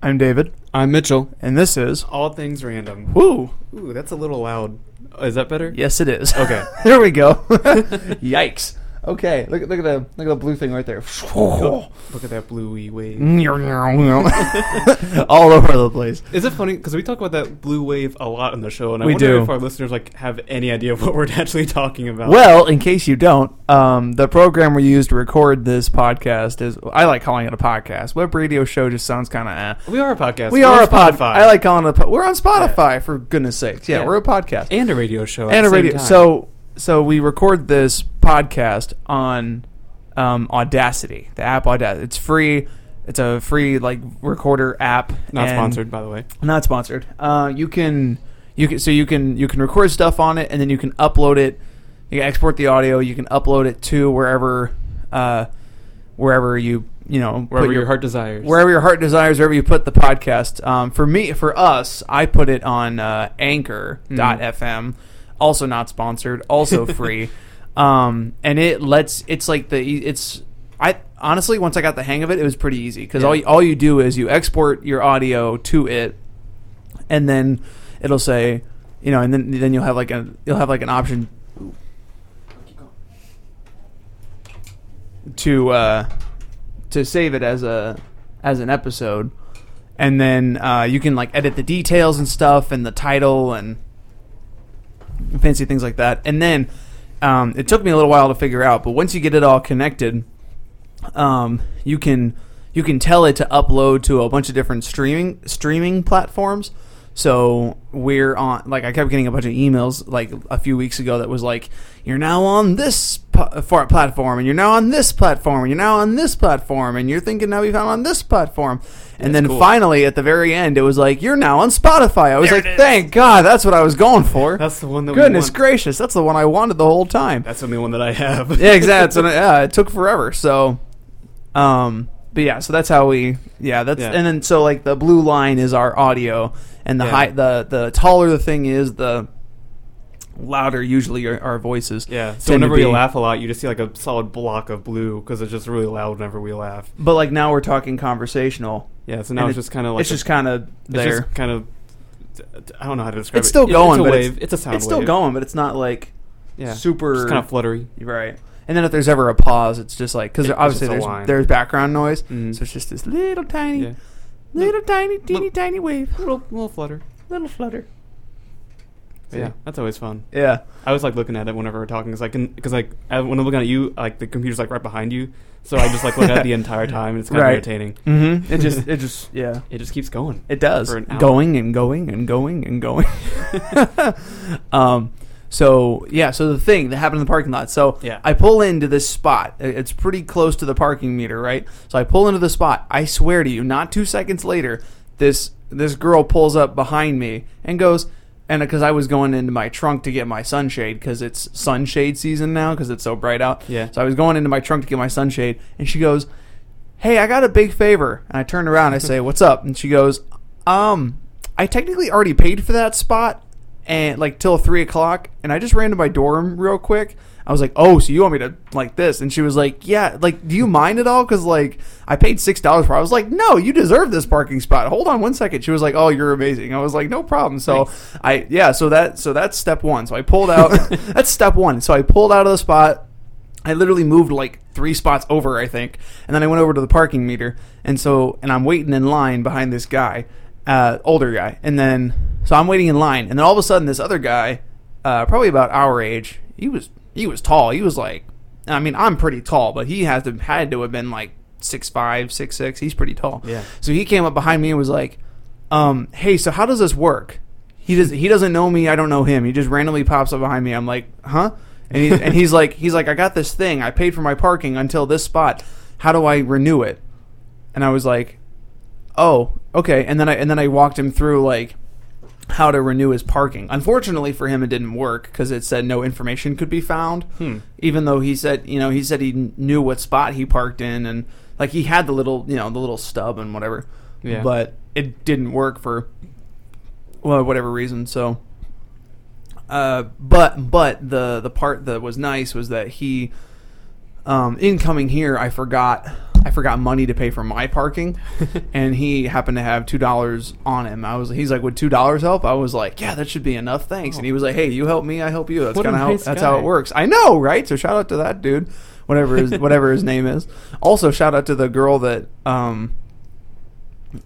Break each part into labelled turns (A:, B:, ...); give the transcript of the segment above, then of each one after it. A: I'm David,
B: I'm Mitchell.
A: and this is
B: All things random.
A: Woo.
B: Ooh, that's a little loud. Is that better?
A: Yes, it is.
B: Okay.
A: there we go. Yikes. Okay, look at look at the look at the blue thing right there.
B: Look at that bluey
A: Mm-hmm.
B: wave.
A: All over the place.
B: Is it funny? Because we talk about that blue wave a lot on the show, and I
A: We
B: wonder
A: do.
B: if our listeners like have any idea of what we're actually talking about.
A: Well, in case you don't, um, the program we use to record this podcast is I like calling it a podcast. Web radio show just sounds kind of. Eh.
B: we are a podcast.
A: We
B: We're
A: are a
B: on
A: pod.
B: Spotify.
A: I like calling it. A po- we're on Spotify for goodness sakes. Yeah,
B: Yeah.
A: we're a podcast
B: and a radio show at
A: and
B: the
A: a
B: same
A: radio.
B: time.
A: So so we record this podcast on um, Audacity, the app Audacity. It's free. It's a free like recorder app.
B: not
A: and-
B: sponsored, by the way.
A: Not sponsored. Uh, you can you can so you can you can record stuff on it and then you can upload it. You can export the audio. You can upload it to wherever uh, wherever you you know put
B: Wherever your,
A: your
B: heart desires.
A: wherever your heart desires, wherever you put the podcast. Um, for me, for us, I put it on uh,
B: Mm.
A: Anchor.fm, also not sponsored, also free, um, and it lets. It's like the e- it's. I honestly, once I got the hang of it, it was pretty easy because all
B: Yeah.
A: you- all you do is you export your audio to it, and then it'll say, you know, and then then you'll have like a you'll have like an option to uh, to save it as a as an episode, and then uh, you can like edit the details and stuff and the title and fancy things like that. And then um, it took me a little while to figure out, but once you get it all connected, um, you can you can tell it to upload to a bunch of different streaming streaming platforms. So we're on like I kept getting a bunch of emails like a few weeks ago that was like you're now on this po- far- platform and you're now on this platform and you're now on this platform and you're thinking now we found on this platform and
B: That's
A: then
B: cool.
A: finally at the very end it was like you're now on Spotify I was
B: There it
A: like
B: is.
A: thank God that's what I was going for
B: That's the one that we
A: Goodness
B: want.
A: gracious, that's the one I wanted the whole time.
B: That's the only one that I have.
A: yeah, exactly. So, yeah, it took forever. So, um, but yeah, so that's how we. Yeah, that's
B: Yeah.
A: and then so like the blue line is our audio, and the
B: Yeah.
A: high the the taller the thing is, the louder usually our, our voices.
B: Yeah. So
A: tend to
B: whenever we
A: be.
B: laugh a lot, you just see like a solid block of blue because it's just really loud whenever we laugh.
A: But like now we're talking conversational.
B: Yeah. So now
A: And
B: it's
A: it-
B: just kind of like
A: it's
B: a-
A: just kind of
B: It's
A: there.
B: just kind of. I don't know how to describe
A: It's
B: it.
A: still going,
B: It's a
A: but
B: wave. It's, a sound.
A: it's still
B: wave.
A: going, but it's not like
B: Yeah.
A: super
B: Just kind of fluttery.
A: Right. And then if there's ever a pause, it's just like because
B: It- it's
A: obviously
B: just a
A: there's
B: line.
A: there's background noise,
B: Mhm.
A: so it's just this little tiny,
B: Yeah.
A: little tiny, teeny
B: Little-
A: tiny wave,
B: Little little flutter.
A: little flutter.
B: But yeah. That's always fun.
A: Yeah.
B: I was like looking at it whenever we're talking because I can because like I, when I'm looking at you, like the computer's like right behind you, so I just like look at it the entire time. and It's kind
A: Right.
B: of entertaining.
A: Mm-hmm. It just it just yeah.
B: It just keeps going.
A: It does.
B: For an hour.
A: Going and going and going and going. um, so yeah, so the thing that happened in the parking lot. So
B: Yeah.
A: I pull into this spot. I- It's pretty close to the parking meter, right? So I pull into the spot. I swear to you, not two seconds later, this this girl pulls up behind me and goes. And because I was going into my trunk to get my sunshade, because it's sunshade season now, because it's so bright out.
B: Yeah.
A: So I was going into my trunk to get my sunshade, and she goes, hey, I got a big favor. And I turn around, I say, what's up? And she goes, um, I technically already paid for that spot and like till three o'clock. And I just ran to my dorm real quick. I was like, oh, so you want me to like this? And she was like, yeah, like, do you mind at all? Cause like I paid $6 for it. I was like, no, you deserve this parking spot. Hold on one second. She was like, oh, you're amazing. I was like, no problem. So I, yeah, so that, so that's step one. So I pulled out, that's step one. So I pulled out of the spot. I literally moved like three spots over, I think, and then I went over to the parking meter, and so and I'm waiting in line behind this guy, uh, older guy, and then so I'm waiting in line, and then all of a sudden this other guy, uh, probably about our age, he was he was tall, he was like, I mean I'm pretty tall, but he has to had to have been like six five, six six, he's pretty tall,
B: Yeah.
A: So he came up behind me and was like, um, "Hey, so how does this work?" He does. He doesn't know me. I don't know him. He just randomly pops up behind me. I'm like, "Huh?" And he's and he's like, he's like, "I got this thing. I paid for my parking until this spot. How do I renew it?" And I was like, "Oh, okay." And then I and then I walked him through like how to renew his parking. Unfortunately for him, it didn't work because it said no information could be found. Even though he said, you know, he said he kn- knew what spot he parked in, and like he had the little, you know, the little stub and whatever.
B: Yeah.
A: But it didn't work for well whatever reason. So, uh, but but the the part that was nice was that he um, in coming here, I forgot I forgot money to pay for my parking, and he happened to have two dollars on him. I was he's like, would two dollars help? I was like, yeah, that should be enough, thanks. And he was like, hey, you help me, I help you. That's
B: Oh. What a
A: kind of how
B: nice
A: that's how
B: guy.
A: it works. I know, right? So shout out to that dude, whatever his, whatever his name is. Also, shout out to the girl that um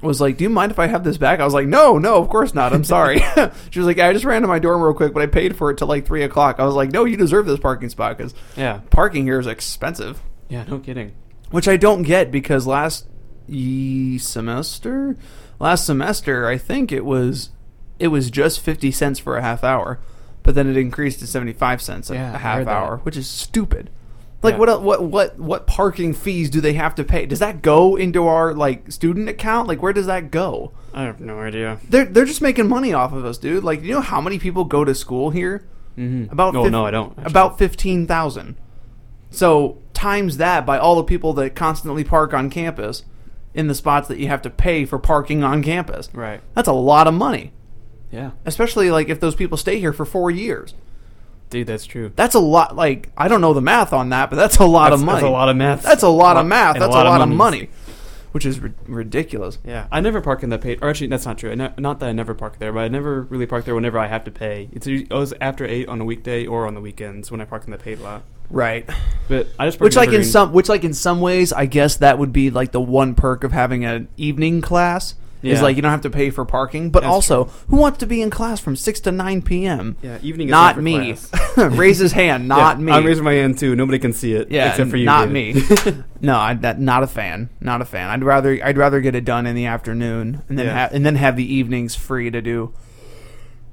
A: was like, "Do you mind if I have this back?" I was like, "No, no, of course not. I'm sorry." she was like, "I just ran to my dorm real quick, but I paid for it till like three o'clock." I was like, "No, you deserve this parking spot because
B: Yeah.
A: parking here is expensive,"
B: Yeah. No kidding.
A: which I don't get because last ye semester, last semester I think it was it was just fifty cents for a half hour, but then it increased to seventy five cents a,
B: Yeah, I
A: a half
B: heard that.
A: hour, which is stupid. Like
B: Yeah.
A: what el- what what what parking fees do they have to pay? Does that go into our like student account? Like where does that go?
B: I have no idea.
A: They're they're just making money off of us, dude. Like, you know how many people go to school here?
B: Mm-hmm.
A: About
B: Oh
A: fif-
B: no, I don't. actually.
A: About fifteen thousand. So times that by all the people that constantly park on campus, in the spots that you have to pay for parking on campus.
B: Right.
A: That's a lot of money,
B: Yeah.
A: especially like if those people stay here for four years.
B: Dude, that's true.
A: That's a lot. Like I don't know the math on that, but that's a lot
B: That's-
A: of money.
B: That's a lot of math.
A: That's a lot of
B: Lot-
A: math.
B: and
A: That's a lot, of,
B: monies.
A: money, which is ri- ridiculous.
B: Yeah, I never park in that paid. Or actually, that's not true. I ne- not that I never park there, but I never really park there whenever I have to pay. It's u- always after eight on a weekday or on the weekends when I park in the paid lot.
A: Right.
B: But I just park
A: which like in
B: evergreen.
A: some which like in some ways i guess that would be like the one perk of having an evening class is
B: Yeah.
A: like you don't have to pay for parking but
B: That's
A: also who wants to be in class from 6 to 9 p.m
B: yeah evening. Is
A: not
B: for
A: me
B: class.
A: raise his hand not
B: Yeah,
A: me
B: I'm raising my hand too. Nobody can see it.
A: yeah
B: except for you.
A: not
B: David.
A: me no I, that, not a fan not a fan i'd rather i'd rather get it done in the afternoon and then
B: Yeah.
A: ha- and then have the evenings free to do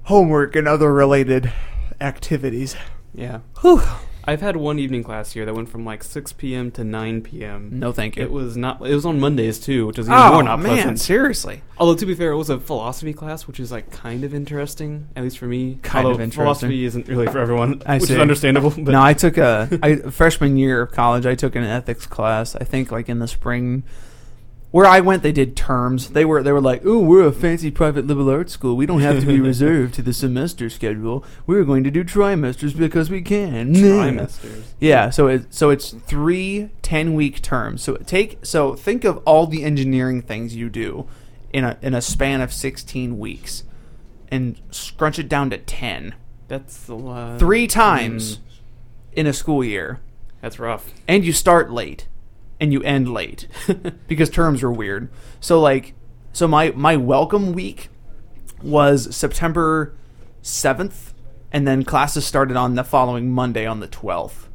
A: homework and other related activities
B: Yeah,
A: Whew.
B: I've had one evening class here that went from like 6 p.m. to 9 p.m.
A: no thank you
B: It was not. It was on Mondays too, which is even
A: Mm. oh
B: more not
A: man
B: pleasant.
A: seriously
B: Although to be fair, it was a philosophy class, which is like kind of interesting, at least for me.
A: Kind of
B: Although
A: interesting.
B: Philosophy isn't really for everyone,
A: I
B: which
A: see.
B: is understandable. But
A: no, I took a I, freshman year of college. I took an ethics class. I think like in the spring, where I went, they did terms. They were they were like, "Ooh, we're a fancy private liberal arts school. We don't have to be reserved to the semester schedule. We're going to do trimesters because we can."
B: trimesters.
A: Yeah, so it so it's three 10 week terms. So take so think of all the engineering things you do in a in a span of sixteen weeks, and scrunch it down to ten
B: That's a lot.
A: three times
B: Mm.
A: in a school year
B: That's rough.
A: and you start late and you end late because terms are weird. So like so my my welcome week was September 7th and then classes started on the following Monday on the 12th.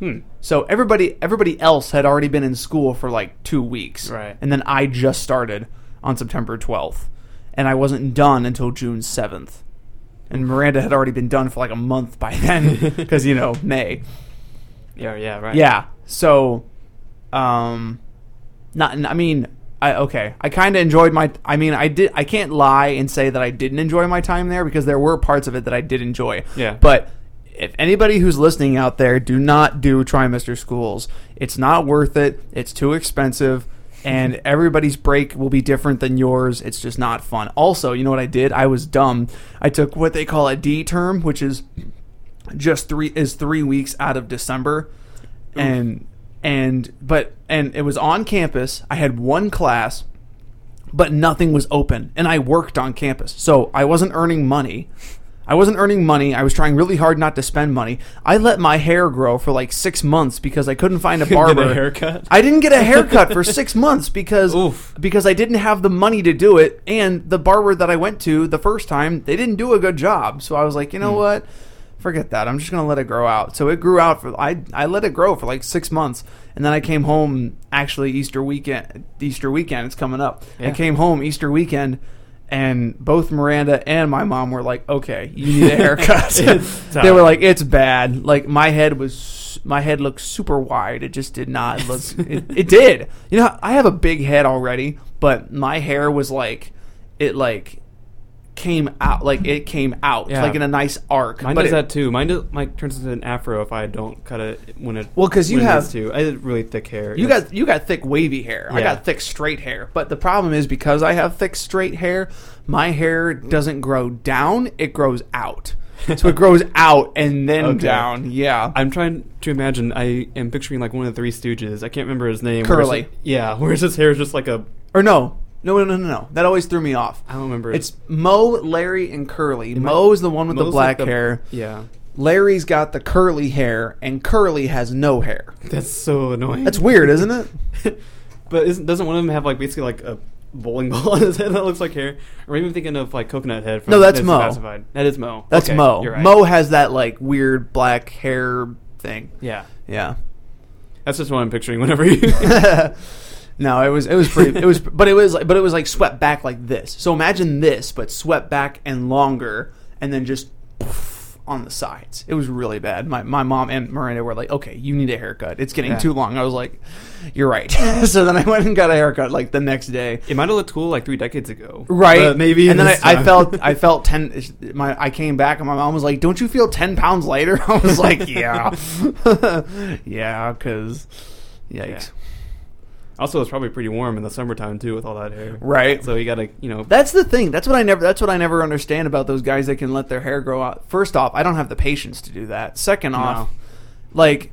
B: Hmm.
A: So everybody everybody else had already been in school for like 2 weeks.
B: Right.
A: And then I just started on September 12th and I wasn't done until June 7th. And Miranda had already been done for like a month by then cuz you know, May.
B: Yeah. Yeah. Right.
A: Yeah. So, um, not. I mean, I okay. I kind of enjoyed my. I mean, I did. I can't lie and say that I didn't enjoy my time there because there were parts of it that I did enjoy.
B: Yeah.
A: But if anybody who's listening out there, do not do trimester schools. It's not worth it. It's too expensive. And everybody's break will be different than yours. It's just not fun. Also, you know what I did? I was dumb. I took what they call a D term, which is just three is three weeks out of December, and and but and it was on campus. I had one class, but nothing was open, and I worked on campus, so I wasn't earning money. I wasn't earning money. I was trying really hard not to spend money. I let my hair grow for like six months because I couldn't find a
B: Get
A: barber.
B: a haircut.
A: I didn't get a haircut for six months because
B: Oof.
A: because I didn't have the money to do it, and the barber that I went to the first time they didn't do a good job. So I was like, you know what, forget that. I'm just gonna let it grow out. So it grew out for I I let it grow for like six months, and then I came home actually Easter weekend. Easter weekend it's coming up. I
B: Yeah.
A: came home Easter weekend. And both Miranda and my mom were like, "Okay, you need a haircut." they
B: time.
A: were like, "It's bad." Like my head was, my head looked super wide. It just did not look. it, it did. You know, I have a big head already, but my hair was like, it like came out, like it came out,
B: Yeah.
A: like in a nice arc.
B: Mine
A: but
B: does
A: it-
B: that too. Mine does, like turns into an afro if I don't cut it when it.
A: Well, 'cause you
B: when it
A: have-
B: needs to. I had really thick hair.
A: You
B: It's-
A: got you got thick wavy hair. I
B: Yeah.
A: got thick straight hair. But the problem is because I have thick straight hair, my hair doesn't grow down, it grows out. so it grows out and then
B: Okay.
A: down. Yeah.
B: I'm trying to imagine. I am picturing like one of the Three Stooges. I can't remember his name.
A: Curly.
B: Whereas, yeah, whereas his hair is just like a.
A: or no. No, no, no, no, no. That always threw me off.
B: I don't remember.
A: It's Mo, Larry, and Curly.
B: might-
A: Mo's the one with the
B: Mo's
A: black
B: like the-
A: hair.
B: Yeah,
A: Larry's got the curly hair, and Curly has no hair.
B: that's so annoying.
A: That's weird, isn't it?
B: but isn't, doesn't one of them have like basically like a bowling ball on his head that looks like hair? Or even thinking of like Coconut Head. From
A: No, that's Mo.
B: Pacified. That is Mo.
A: That's
B: Okay,
A: Mo.
B: You're right.
A: Mo has that like weird black hair thing.
B: Yeah,
A: Yeah.
B: that's just what I'm picturing. Whenever you.
A: no, it was it was pretty it was but it was but it was like swept back like this. So imagine this but swept back and longer and then just poof on the sides. It was really bad. My my mom and Miranda were like, "Okay, you need a haircut. It's getting
B: Yeah.
A: too long." I was like, "You're right." so then I went and got a haircut like the next day.
B: It might have looked cool like three decades ago,
A: right?
B: But maybe,
A: And then I,
B: this
A: I
B: time-
A: felt I felt ten. My I came back and my mom was like, "Don't you feel ten pounds lighter?" I was like, "Yeah, yeah," because yikes,
B: Yeah. Also, it's probably pretty warm in the summertime too, with all that hair.
A: right?
B: So you gotta, you know,
A: That's the thing. That's what I never. That's what I never understand about those guys that can let their hair grow out. First off, I don't have the patience to do that. Second off,
B: No.
A: like,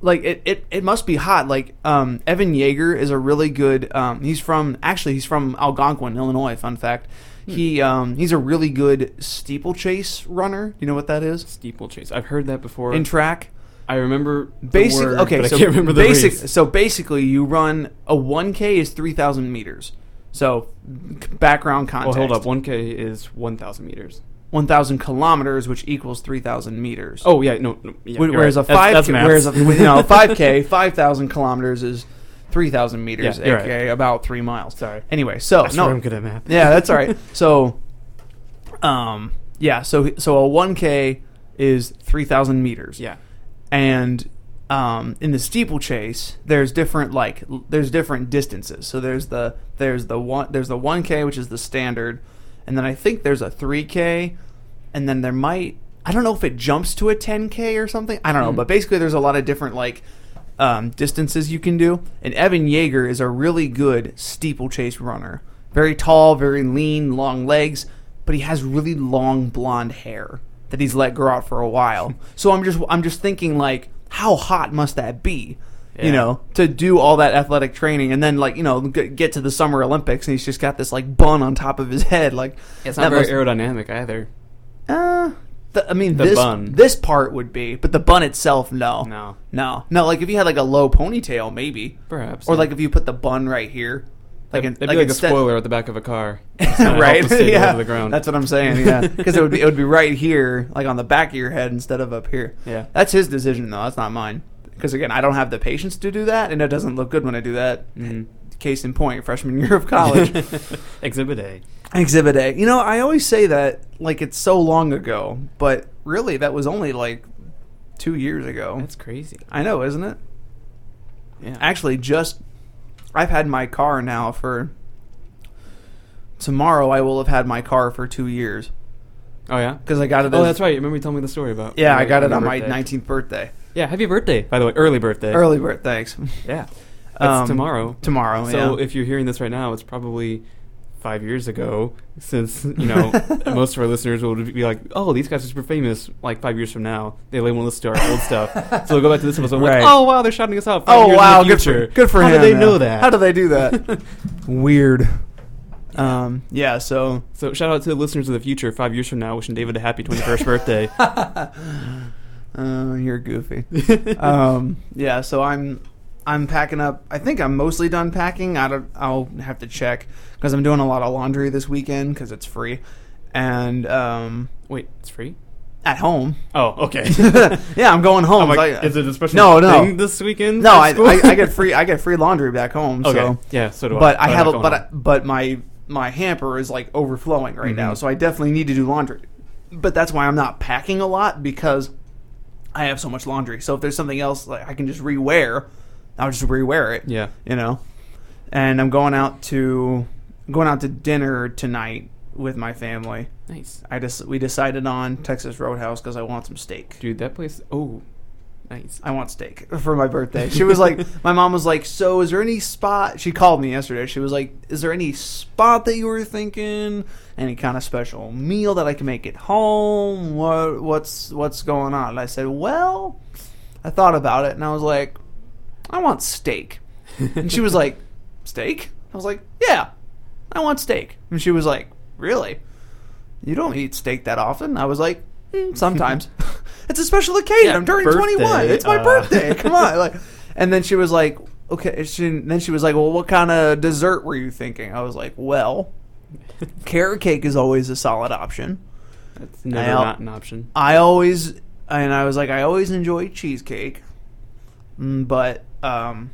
A: like it, it, it must be hot. Like, um, Evan Yeager is a really good. Um, he's from actually he's from Algonquin, Illinois. Fun fact.
B: Hmm.
A: He um, he's a really good steeplechase runner. You know what that is
B: steeplechase. I've heard that before.
A: in track.
B: I remember the
A: Basic.
B: word,
A: okay,
B: but
A: so
B: I can't remember the
A: basic.
B: race.
A: So basically, you run a one k is three thousand meters. So c- background
B: Well,
A: context.
B: hold up. One k is one thousand meters.
A: 1,000 kilometers, which equals 3,000 meters.
B: Oh yeah, no. no yeah,
A: Wh-
B: you're
A: whereas
B: right.
A: a five,
B: That's, that's math.
A: whereas a you know, 5K, 5,000 kilometers is 3,000 meters,
B: Yeah, you're
A: aka about three miles.
B: Sorry.
A: Anyway, so
B: I swear
A: Oh, no,
B: I'm good at math.
A: yeah, that's all right. So, um, yeah, so so a 1K is 3,000 meters
B: yeah.
A: and um, in the steeplechase, there's different like l- there's different distances. So there's the there's the one there's the one k which is the standard, and then I think there's a three k, and then there might I don't know if it jumps to a ten k or something. I don't know, but basically there's a lot of different like um, distances you can do. And Evan Yeager is a really good steeplechase runner. Very tall, very lean, long legs, but he has really long blonde hair that he's let grow out for a while. so I'm just I'm just thinking like how hot must that be? You
B: Yeah.
A: know, to do all that athletic training and then like, you know, g- get to the summer Olympics and he's just got this like bun on top of his head like
B: It's
A: that
B: not very
A: must-
B: aerodynamic either.
A: uh, the, I mean,
B: The
A: this
B: bun.
A: this part would be, but the bun itself, no,
B: No.
A: no, no. Like if you had like a low ponytail, maybe,
B: Perhaps,
A: or
B: yeah.
A: like if you put the bun right here, like in,
B: That'd be like
A: instead-
B: a spoiler at the back of a car, It's gonna help
A: right?
B: us stay
A: yeah,
B: over the ground.
A: that's what I'm saying. Yeah, because it would be it would be right here, like on the back of your head instead of up here.
B: Yeah.
A: that's his decision though. That's not mine. Because again, I don't have the patience to do that, and it doesn't look good when I do that.
B: Mhm.
A: Case in point, freshman year of college.
B: Exhibit A.
A: Exhibit A. You know, I always say that like it's so long ago, but really that was only like two years ago.
B: That's crazy.
A: I know, isn't it?
B: Yeah.
A: Actually, just I've had my car now for tomorrow. I will have had my car for two years
B: oh yeah.
A: because I got it.
B: Oh,
A: as-
B: that's right. You remember you telling me the story about?
A: Yeah,
B: your-
A: I got it
B: your
A: on my
B: birthday.
A: 19th birthday.
B: Yeah, happy birthday, by the way. Early birthday.
A: Early birthday. Thanks.
B: Yeah. That's
A: Um,
B: tomorrow.
A: Tomorrow.
B: So
A: yeah.
B: if you're hearing this right now, it's probably five years ago. Since you know, most of our listeners will be like, "Oh, these guys are super famous." Like five years from now, they will listen to our old stuff. So they'll go back to this episode.
A: Right.
B: Like, oh wow, they're shouting us out. Five
A: oh
B: years
A: wow,
B: in the
A: good for
B: future.
A: good for
B: How
A: him.
B: do they
A: yeah.
B: know that?
A: How do they do that? Weird. Um. Yeah. So
B: so shout out to the listeners of the future. Five years from now, wishing David a happy 21st birthday.
A: Oh, you're goofy. um, yeah, so I'm I'm packing up. I think I'm mostly done packing. I don't, I'll have to check because I'm doing a lot of laundry this weekend because it's free and um,
B: Wait, it's free.
A: at home.
B: Oh, okay.
A: yeah, I'm going home.
B: I'm like,
A: Like,
B: is it a special
A: No, no.
B: thing this weekend?
A: no,
B: at
A: I,
B: school?
A: I, I get free I get free laundry back home.
B: okay.
A: So,
B: yeah, so do I.
A: but I have a,
B: I'm not
A: but
B: going
A: I, but my my hamper is like overflowing right now,
B: Mhm.
A: so I definitely need to do laundry. But that's why I'm not packing a lot because I have so much laundry. So if there's something else like I can just rewear, I'll just rewear it.
B: Yeah.
A: you know. And I'm going out to going out to dinner tonight with my family.
B: on. nice.
A: I just we decided on Texas Roadhouse because I want some steak.
B: Dude, that place. Oh, Nice.
A: I want steak for my birthday. She was like, my mom was like, so is there any spot? She called me yesterday. She was like, is there any spot that you were thinking? Any kind of special meal that I can make at home? What what's what's going on? And I said, well, I thought about it and I was like, I want steak. And she was like, steak? I was like, yeah, I want steak. And she was like, really? You don't eat steak that often? I was like, mm, sometimes. it's a special occasion.
B: Yeah,
A: I'm turning
B: birthday,
A: 21. It's my
B: uh.
A: birthday. Come on. Like, and then she was like, okay. She, then she was like, well, what kind of dessert were you thinking? I was like, well, carrot cake is always a solid option.
B: That's never
A: I'll-
B: not an option.
A: I always and I was like, I always enjoy cheesecake, Mm, but um,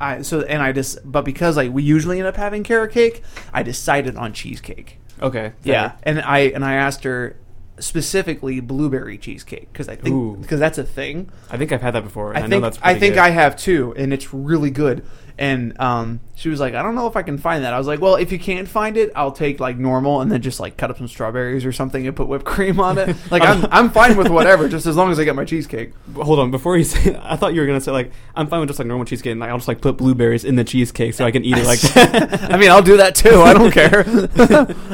A: I so and I just but because like we usually end up having carrot cake, I decided on cheesecake.
B: Okay. fair.
A: Yeah, and I and I asked her specifically blueberry cheesecake because I
B: Ooh.
A: think because that's a thing.
B: I think I've had that before. And I,
A: I
B: know
A: think
B: that's.
A: I
B: pretty
A: think
B: good.
A: I have too, and it's really good. And um, she was like, I don't know if I can find that. I was like, Well, if you can't find it, I'll take like normal, and then just like cut up some strawberries or something and put whipped cream on it. Like I'm I'm fine with whatever, just as long as I get my cheesecake.
B: Hold on, before you say, I thought you were gonna say like I'm fine with just like normal cheesecake, and like, I'll just like put blueberries in the cheesecake so I can eat it like that.
A: I mean, I'll do that too. I don't care.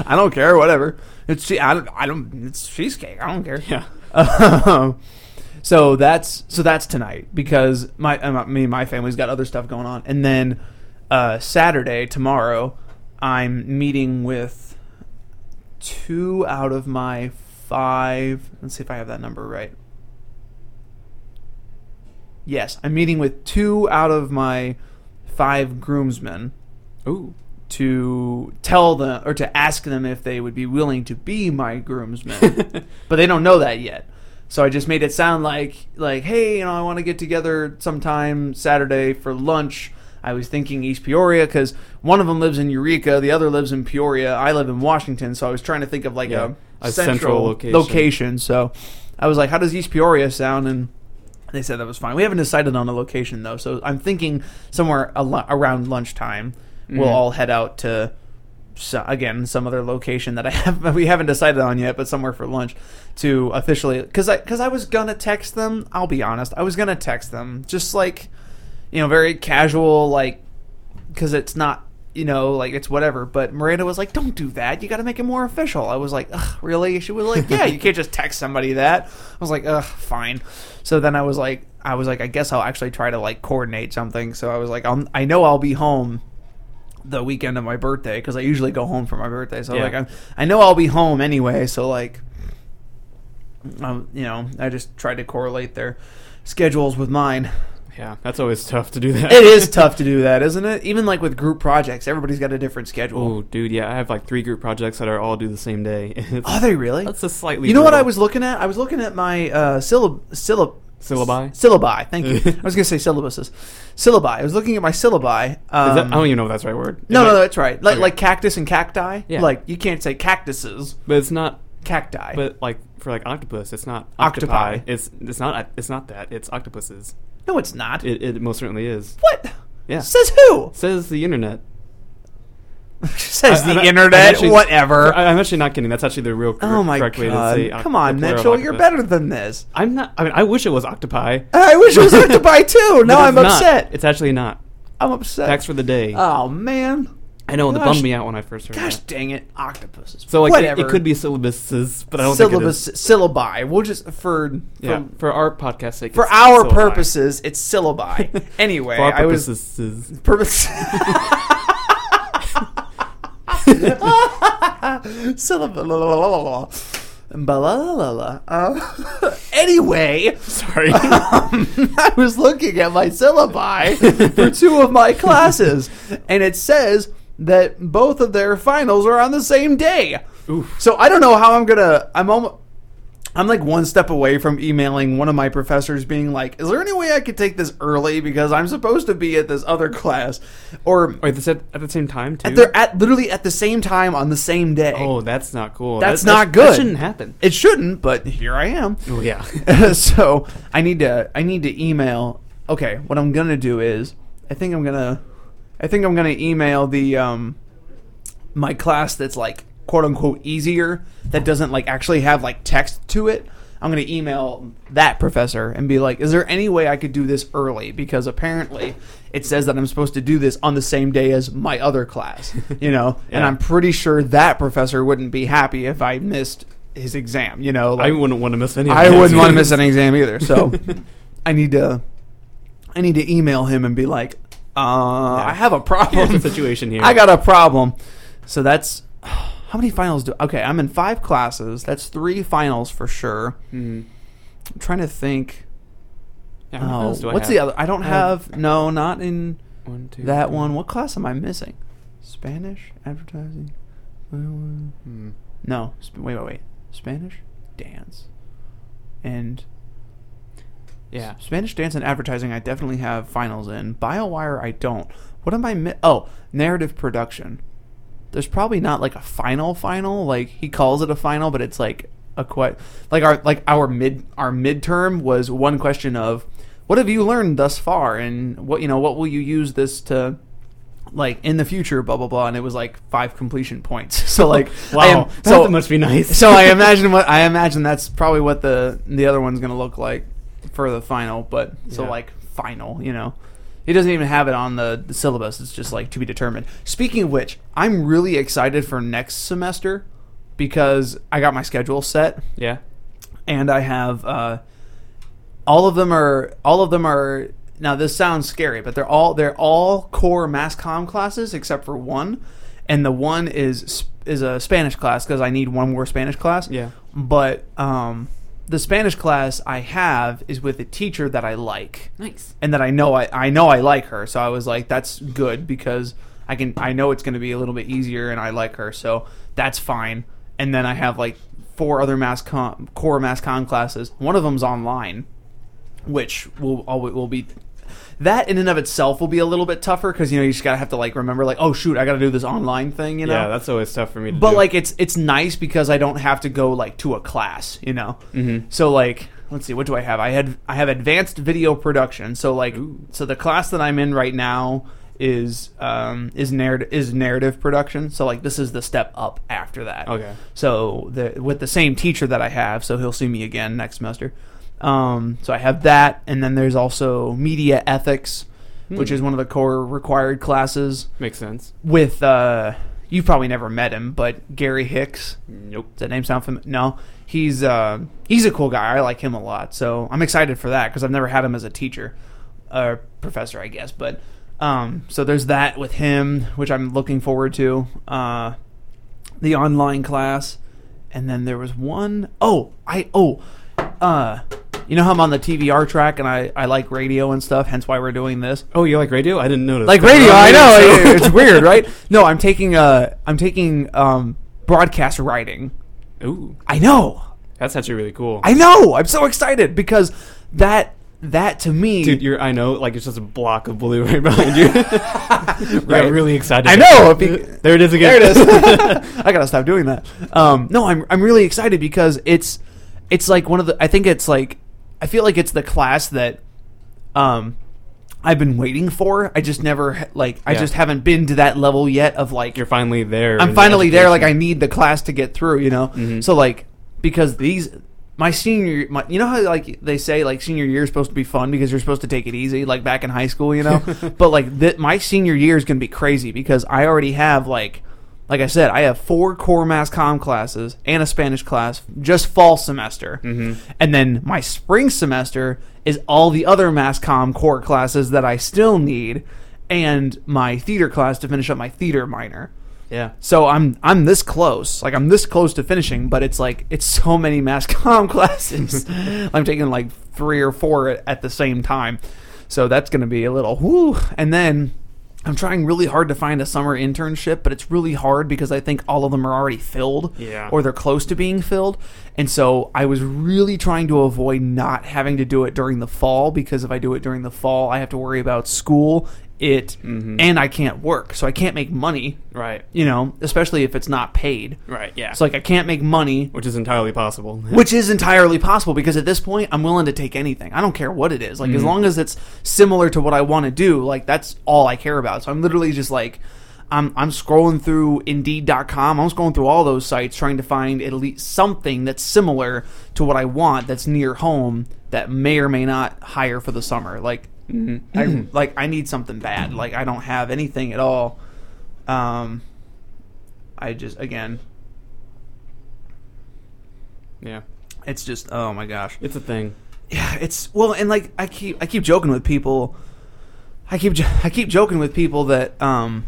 A: I don't care. Whatever. It's che- I don't, I don't. It's cheesecake. I don't care.
B: yeah.
A: Um, so that's so that's tonight because my um, me and my family's got other stuff going on, and then uh, Saturday tomorrow I'm meeting with two out of my five. Let's see if I have that number right. Yes, I'm meeting with two out of my five groomsmen
B: Ooh.
A: to tell them or to ask them if they would be willing to be my groomsmen, but they don't know that yet. So I just made it sound like like hey, you know, I want to get together sometime Saturday for lunch. I was thinking East Peoria because one of them lives in Eureka, the other lives in Peoria. I live in Washington, so I was trying to think of like
B: Yeah,
A: a,
B: a
A: central,
B: central
A: location.
B: location.
A: So I was like, how does East Peoria sound? And they said that was fine. We haven't decided on a location though, so I'm thinking somewhere a lu- around lunchtime we'll
B: Mhm.
A: all head out to so, again some other location that I have we haven't decided on yet, but somewhere for lunch to officially because I because I was gonna text them. I'll be honest, I was gonna text them just like you know very casual like because it's not you know like it's whatever but miranda was like don't do that you got to make it more official i was like Ugh, really she was like yeah you can't just text somebody that i was like Ugh, fine so then i was like i was like i guess i'll actually try to like coordinate something so i was like I'll, i know i'll be home the weekend of my birthday because i usually go home for my birthday so
B: Yeah.
A: like I'm, i know i'll be home anyway so like um, you know i just tried to correlate their schedules with mine
B: Yeah, that's always tough to do that.
A: it is tough to do that, isn't it? Even like with group projects, everybody's got a different schedule.
B: Oh, dude, yeah, I have like three group projects that are all due the same day. It's,
A: Are they really?
B: that's a slightly.
A: you know what I was
B: brutal-
A: looking at? I was looking at my uh, syllab syllab
B: Syllabi?
A: s- syllabi. Thank you. I was gonna say syllabuses. Syllabi. I was looking at my syllabi. Um,
B: Is that, I don't even know if that's the right word.
A: no,
B: It
A: no,
B: might-
A: no, that's right. Like
B: Okay.
A: like cactus and cacti.
B: Yeah.
A: Like you can't say cactuses,
B: But it's not.
A: cacti.
B: But like for like octopus, it's not
A: Octopi.
B: octopi. It's it's not it's not that. It's octopuses.
A: no, it's not.
B: It, it most certainly is.
A: what
B: Yeah.
A: says who?
B: Says the internet.
A: says
B: I-
A: the
B: I'm-
A: internet.
B: I'm actually-
A: Whatever.
B: I, am actually not kidding. That's actually the real cor-
A: oh my
B: correct way to
A: god!
B: say. oc-
A: Come
B: the
A: on,
B: plural of
A: Mitchell, you're
B: octopus.
A: better than this.
B: I'm not. I mean, I wish it was octopi.
A: I wish it was octopi too.
B: but
A: Now I'm
B: it's not.
A: upset.
B: It's actually not.
A: I'm upset.
B: Thanks for the day.
A: Oh man.
B: I know. It
A: gosh.
B: bummed me out when I first heard
A: Gosh
B: that.
A: dang it, octopuses.
B: So like it-
A: Whatever.
B: it, could be syllabuses, but I don't
A: syllabus
B: think
A: syllabi. We'll just for
B: it is. Yeah,
A: for,
B: for our podcast sake.
A: for
B: it's
A: our
B: syllabi.
A: purposes, it's syllabi. anyway,
B: For our
A: I was
B: purposes.
A: purpose. Syllable. Ba-la-la-la-la. Uh, anyway,
B: Sorry.
A: Um, I was looking at my syllabi for two of my classes, and it says that both of their finals are on the same day.
B: Oof.
A: So I don't know how I'm gonna. I'm almost. I'm like one step away from emailing one of my professors, being like, "Is there any way I could take this early because I'm supposed to be at this other class?" Or
B: Wait, this at, at the same time too.
A: they're at literally at the same time on the same day.
B: oh, that's not cool.
A: That's
B: That-
A: not
B: that-
A: good.
B: That shouldn't happen.
A: It shouldn't, but here I am.
B: Oh yeah.
A: so I need to I need to email. Okay, what I'm gonna do is I think I'm gonna I think I'm gonna email the um my class that's like quote unquote easier that doesn't like actually have like text to it. I'm going to email that professor and be like, is there any way I could do this early? Because apparently it says that I'm supposed to do this on the same day as my other class, you know? And
B: Yeah.
A: I'm pretty sure that professor wouldn't be happy if I missed his exam, you know?
B: I
A: Like,
B: wouldn't want to miss any. of
A: I
B: those.
A: wouldn't want to miss an exam either. So I need to I need to email him and be like, uh, I have a
B: Here's the
A: problem.
B: situation here.
A: I got a problem. So that's how many finals do Okay, I'm in 5 classes. That's 3 finals for sure.
B: Hmm.
A: I'm trying to think
B: Yeah, how many
A: Oh,
B: files do I
A: what's
B: have?
A: the other? I don't
B: I have-
A: have no, not in
B: One, two,
A: that
B: three.
A: one. What class am I missing? Spanish advertising.
B: Hmm.
A: No, sp- wait, wait, wait. Spanish dance and
B: Yeah.
A: Spanish dance and advertising, I definitely have finals in. BioWire, I don't. What am I? Mi- oh, narrative production. There's probably not like a final final. Like he calls it a final, but it's like a quite like our like our mid our midterm was one question of what have you learned thus far and what you know what will you use this to like in the future blah blah blah and it was like five completion points so like
B: Wow.
A: I am-
B: that
A: so
B: must be nice.
A: so I imagine what I imagine that's probably what the the other one's gonna look like for the final, but so
B: Yeah.
A: like final, you know. It doesn't even have it on the, the syllabus. It's just like to be determined. Speaking of which, I'm really excited for next semester because I got my schedule set
B: yeah.
A: and I have uh, all of them are all of them are now this sounds scary, but they're all they're all core mass comm classes except for one, and the one is is a Spanish class because I need one more Spanish class.
B: Yeah.
A: But um, the Spanish class I have is with a teacher that I like
B: Nice.
A: and that I know I, I know I like her. So I was like, that's good because I can I know it's going to be a little bit easier, and I like her, so that's fine. And then I have like four other mass com, core mass con classes. One of them's online, which will always will be that in and of itself will be a little bit tougher because you know you just gotta have to like remember like oh shoot I gotta do this online thing you know
B: Yeah, that's always tough for me to
A: but
B: do.
A: like it's it's nice because I don't have to go like to a class, you know.
B: Mhm.
A: So like, let's see, what do I have? I had I have advanced video production. So like,
B: Ooh.
A: so the class that I'm in right now is um is narrative is narrative production. So like, this is the step up after that.
B: Okay.
A: So the with the same teacher that I have, so he'll see me again next semester. Um, so I have that, and then there's also media ethics, which
B: Hmm.
A: is one of the core required classes
B: makes sense.
A: with uh you've probably never met him, but Gary Hicks.
B: Nope.
A: Does that name sound familiar? No, he's uh, he's a cool guy. I like him a lot, so I'm excited for that because I've never had him as a teacher or professor, I guess. But um, so there's that with him, which I'm looking forward to. Uh, the online class, and then there was one oh I oh, uh, you know how I'm on the TVR track and I I like radio and stuff, hence why we're doing this
B: Oh, you like radio? I didn't notice.
A: like
B: that.
A: radio. I know
B: So-
A: it's weird, right? No, I'm taking uh, I'm taking um, broadcast writing.
B: Ooh,
A: I know,
B: that's actually really cool.
A: I know. I'm so excited because that that to me,
B: Dude, you're, I know, like it's just a block of blue right behind you. right.
A: Right.
B: I'm really excited.
A: I know, it'd be-
B: there it is again.
A: there it is. I gotta stop doing that. Um, no, I'm I'm really excited because it's it's like one of the. I think it's like I feel like it's the class that um I've been waiting for. I just never like I
B: Yeah.
A: just haven't been to that level yet of like
B: You're finally there. in
A: I'm
B: the
A: finally there. Like I
B: education.
A: need the class to get through. You know.
B: Mhm.
A: So like because these my senior my, you know how like they say like senior year is supposed to be fun because you're supposed to take it easy like back in high school you know but like th- my senior year is going to be crazy because i already have like like i said i have four core mass comm classes and a spanish class just fall semester
B: Mhm.
A: and then my spring semester is all the other mass comm core classes that i still need and my theater class to finish up my theater minor
B: Yeah.
A: so I'm I'm this close, like I'm this close to finishing, but it's like it's so many mass comm classes. I'm taking like three or four at, at the same time, so that's going to be a little whoo. And then I'm trying really hard to find a summer internship, but it's really hard because I think all of them are already filled,
B: Yeah.
A: or they're close to being filled. And so I was really trying to avoid not having to do it during the fall because if I do it during the fall, I have to worry about school, it,
B: Mhm.
A: and I can't work, so I can't make money
B: Right.
A: you know, especially if it's not paid.
B: Right. Yeah.
A: It's like I can't make money,
B: Which is entirely possible.
A: which is entirely possible because at this point I'm willing to take anything. I don't care what it is. Like as long as it's similar to what I want to do, like that's all I care about. So I'm literally just like I'm I'm scrolling through Indeed.com. I'm scrolling through all those sites trying to find at least something that's similar to what I want that's near home that may or may not hire for the summer. Like I like I need something bad. Like I don't have anything at all. Um, I just again,
B: Yeah,
A: it's just oh my gosh.
B: it's a thing.
A: yeah, it's well, and like I keep I keep joking with people. I keep jo- I keep joking with people that um,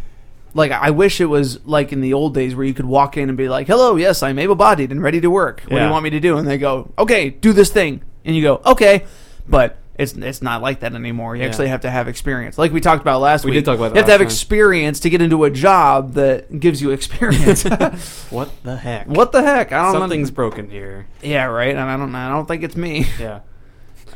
A: like I wish it was like in the old days where you could walk in and be like, "Hello, yes, I'm able-bodied and ready to work. What do
B: Yeah.
A: you want me to do?" And they go, "Okay, do this thing," and you go, "Okay," but. It's, it's not like that anymore. You
B: Yeah.
A: actually have to have experience. Like we talked about last
B: We
A: week.
B: did talk about that
A: You have to
B: last
A: have
B: time.
A: experience to get into a job that gives you experience.
B: What the heck?
A: what Um, the heck? I don't know.
B: Something's broken here.
A: Yeah, right. And I don't I don't think it's me.
B: Yeah,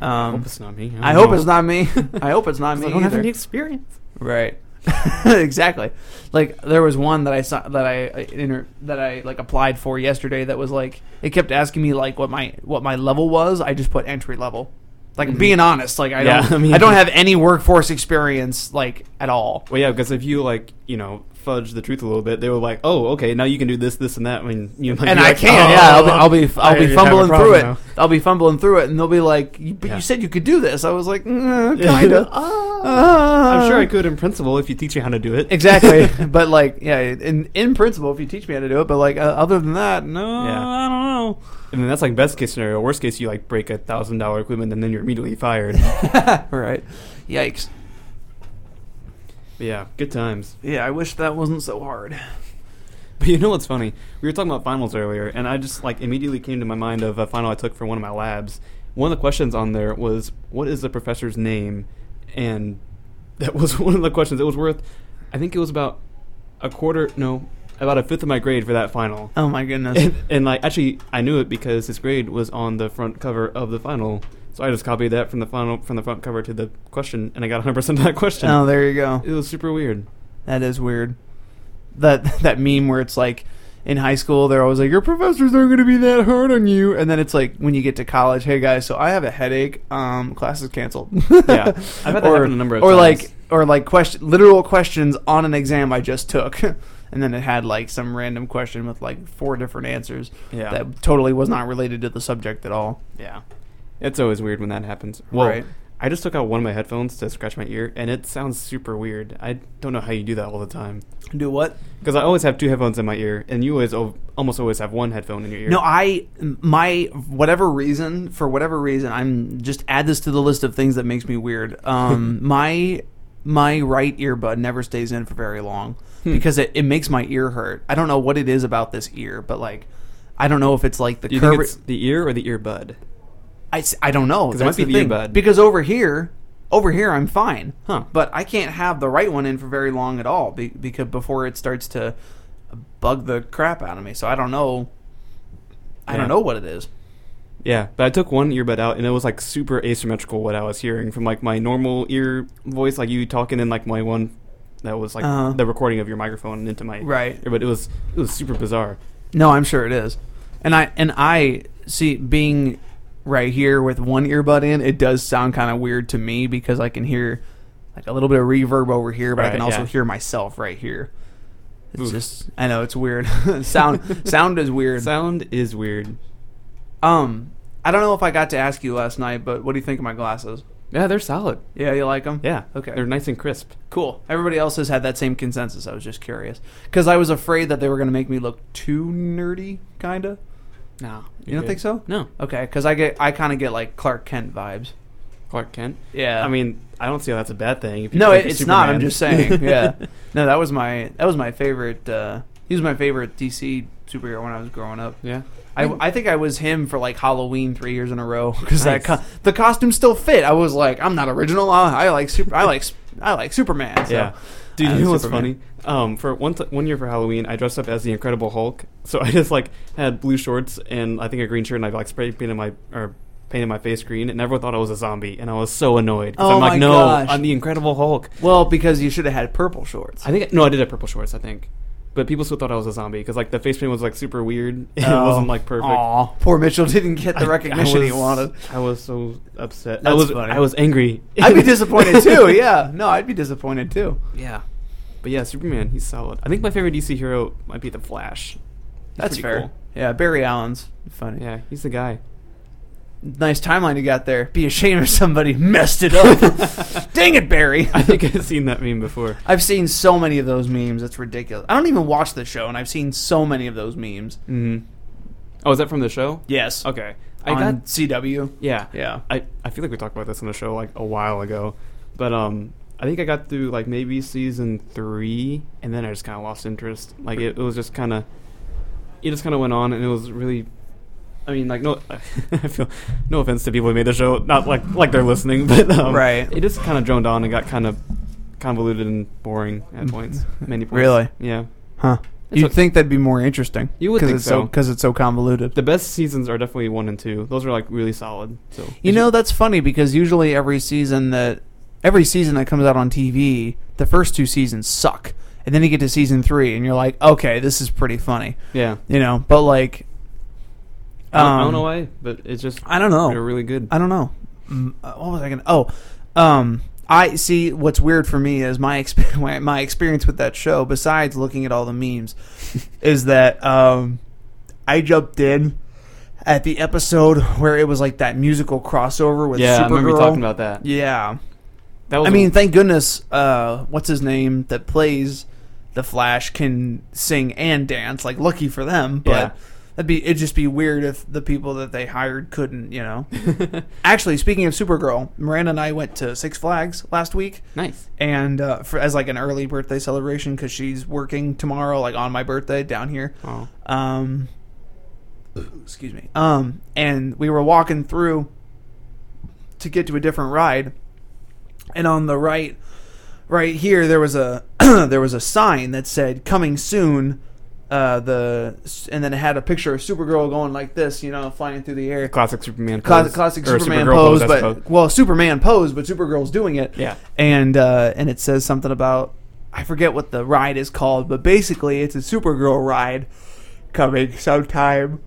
B: I
A: Um,
B: hope it's not me.
A: I hope it's not me. I hope it's not me
B: I don't have
A: either.
B: any experience.
A: Right. exactly. Like there was one that I saw that I I inter- that I like applied for yesterday that was like it kept asking me like what my what my level was. I just put entry level. Like I'm being honest, like I
B: Mm-hmm. Yeah,
A: don't I,
B: I mean-
A: don't have any workforce experience like at all.
B: Well, yeah, because if you like, you know, fudge the truth a little bit, they were like, "Oh, okay, now you can do this, this, and that." I mean, you might
A: And
B: be
A: I
B: like,
A: can't.
B: "Oh,
A: yeah, I'll be I'll be,
B: I
A: I'll be
B: have a
A: fumbling through
B: problem
A: it.
B: now."
A: I'll be fumbling through it, and they'll be like, "You- "But
B: Yeah.
A: you said you could do this." I was like, mm, Uh,
B: Yeah.
A: "Kind of."
B: I'm sure I
A: Uh-huh.
B: could in principle if you teach me how to do it.
A: Exactly, but like, yeah, in in principle, if you teach me how to do it, but like, uh, other than that, no,
B: Yeah.
A: Uh, I don't know.
B: And then that's like best case scenario. Worst case, you like break a thousand dollar equipment and then you're immediately fired.
A: All right. Yikes.
B: But yeah, good times.
A: Yeah, I wish that wasn't so hard.
B: But you know what's funny? We were talking about finals earlier, and I just like immediately came to my mind of a final I took for one of my labs. One of the questions on there was, "What is the professor's name?" And that was one of the questions. It was worth, I think it was about a quarter, no, about a fifth of my grade for that final.
A: Oh my goodness.
B: and, and like actually I knew it because his grade was on the front cover of the final. So I just copied that from the final from the front cover to the question and I got 100% of that question.
A: oh, there you go.
B: It was super weird.
A: That is weird. That that meme where it's like in high school they're always like your professors aren't going to be that hard on you, and then it's like when you get to college, hey guys, so I have a headache. Um, class is canceled.
B: Yeah. I've had that
A: or,
B: happen a number of
A: or
B: times.
A: like or like question literal questions on an exam I just took. And then it had like some random question with like four different answers
B: Yeah.
A: that totally was not related to the subject at all.
B: yeah. It's always weird when that happens. Well,
A: Right.
B: I just took out one of my headphones to scratch my ear and it sounds super weird. I don't know how you do that all the time.
A: Do what?
B: Cuz I always have two headphones in my ear and you always al- almost always have one headphone in your ear.
A: No, I my whatever reason for whatever reason I'm just add this to the list of things that makes me weird. Um, my my right earbud never stays in for very long
B: Hmm.
A: because it, it makes my ear hurt. I don't know what it is about this ear, but like I don't know if it's like the
B: Do you
A: curve.
B: think it's the ear or the earbud?
A: I, s- I don't know.
B: 'Cause it
A: That's
B: might
A: the
B: be
A: thing.
B: the earbud.
A: Because over here, over here I'm fine.
B: Huh.
A: But I can't have the right one in for very long at all be, because before it starts to bug the crap out of me. So I don't know. I
B: Yeah.
A: don't know what it is.
B: Yeah, but I took one earbud out and it was like super asymmetrical what I was hearing from like my normal ear voice, like you talking in like my one that was like
A: Uh-huh.
B: the recording of your microphone into my
A: Right.
B: ear, but it was it was super bizarre.
A: No, I'm sure it is. And I and I see being right here with one earbud in, it does sound kind of weird to me because I can hear like a little bit of reverb over here, but I
B: Right,
A: can also
B: yeah.
A: hear myself right here. It's
B: Oof.
A: just I know it's weird. sound sound is weird.
B: Sound is weird.
A: Um I don't know if I got to ask you last night, but what do you think of my glasses?
B: Yeah, they're solid.
A: Yeah, you like them?
B: Yeah,
A: Okay.
B: they're nice and crisp.
A: Cool. Everybody else has had that same consensus. I was just curious because I was afraid that they were going to make me look too nerdy, kind of.
B: No,
A: You don't think so?
B: No,
A: Okay, because I get I kind of get like Clark Kent vibes.
B: Clark Kent.
A: Yeah,
B: I mean, I don't see how that's a bad thing. If you
A: Uh, no,
B: think
A: it,
B: you're
A: it's not. I'm
B: Superman.
A: just saying. Yeah, no, that was my that was my favorite. Uh, he was my favorite DC superhero when I was growing up.
B: yeah,
A: I, I think I was him for like Halloween three years in a row because
B: Nice.
A: that co- the costume still fit. I was like, I'm not original. I, I like super. I like I like Superman. So.
B: Yeah. Dude,
A: Uh,
B: you know what's
A: Superman.
B: funny? Um, for one t- one year for Halloween, I dressed up as the Incredible Hulk. So I just like had blue shorts and I think a green shirt, and I like spray painted my or painted my face green, and everyone thought I was a zombie, and I was so annoyed. 'cause
A: Oh
B: I'm like,
A: my
B: no,
A: gosh.
B: I'm the Incredible Hulk.
A: Well, because you should have had purple shorts.
B: I think no, I did have purple shorts. I think, but people still thought I was a zombie because like the face paint was like super weird. And it wasn't like perfect.
A: Oh. Um, Aw, poor Mitchell didn't get
B: I-
A: the
B: I
A: recognition he
B: was-
A: wanted.
B: I was so upset. I
A: That's
B: was
A: funny.
B: I was angry.
A: I'd be disappointed too. Yeah, no, I'd be disappointed too.
B: Yeah. But yeah, Superman, he's solid. I think my favorite DC hero might be the Flash. He's
A: That's
B: pretty
A: fair.
B: cool.
A: Yeah, Barry Allen's funny.
B: Yeah, he's the guy.
A: Nice timeline you got there. Be ashamed if somebody messed it up. Dang it, Barry.
B: I think I've seen that meme before.
A: I've seen so many of those memes. It's ridiculous. I don't even watch the show, and I've seen so many of those memes.
B: Mm. Oh, is that from the show?
A: Yes.
B: Okay, I
A: On
B: got
A: CW.
B: yeah.
A: Yeah.
B: I I feel like we talked about this on the show like a while ago, but um, I think I got through like maybe season three, and then I just kind of lost interest. Like it, it was just kind of, it just kind of went on, and it was really. I mean, like no, I feel no offense to people who made the show, not like like they're listening, but um,
A: Right.
B: It just kind of droned on and got kind of convoluted and boring at points, many points.
A: Really?
B: Yeah.
A: Huh.
B: It's
A: You'd
B: o-
A: think that'd be more interesting.
B: You would
A: 'cause
B: think
A: it's so
B: so.
A: because it's so convoluted.
B: The best seasons are definitely one and two. Those are like really solid. So
A: you know that's funny because usually every season that every season that comes out on TV, the first two seasons suck, and then you get to season three, and you're like, okay, this is pretty funny,
B: yeah.
A: you know. But like,
B: I don't, I don't
A: um,
B: know why, but it's just
A: I don't know.
B: they're really good.
A: I don't know. Mm, uh, What was I gonna? Oh, um, I see. What's weird for me is my exp- my- my experience with that show. Besides looking at all the memes, is that um, I jumped in at the episode where it was like that musical crossover with
B: yeah,
A: Supergirl.
B: I remember you talking about that.
A: yeah,
B: that was
A: I
B: a-
A: mean, thank goodness. Uh, what's his name that plays the Flash can sing and dance. Like, lucky for them, but.
B: Yeah.
A: That'd be it'd just be weird if the people that they hired couldn't, you know. Actually, speaking of Supergirl, Miranda and I went to Six Flags last week,
B: nice.
A: and uh, for, as like an early birthday celebration because she's working tomorrow, like on my birthday down here.
B: Oh,
A: Um, excuse me. Um, and we were walking through to get to a different ride, and on the right, right here, there was a there was a sign that said "Coming soon." Uh, the and then it had a picture of Supergirl going like this, you know, flying through the air.
B: classic Superman.
A: Cla-
B: pose.
A: classic
B: Or
A: Superman
B: Supergirl
A: pose,
B: I
A: but
B: suppose.
A: well, Superman pose, but Supergirl's doing it.
B: yeah,
A: And uh, and it says something about I forget what the ride is called, but basically it's a Supergirl ride coming sometime,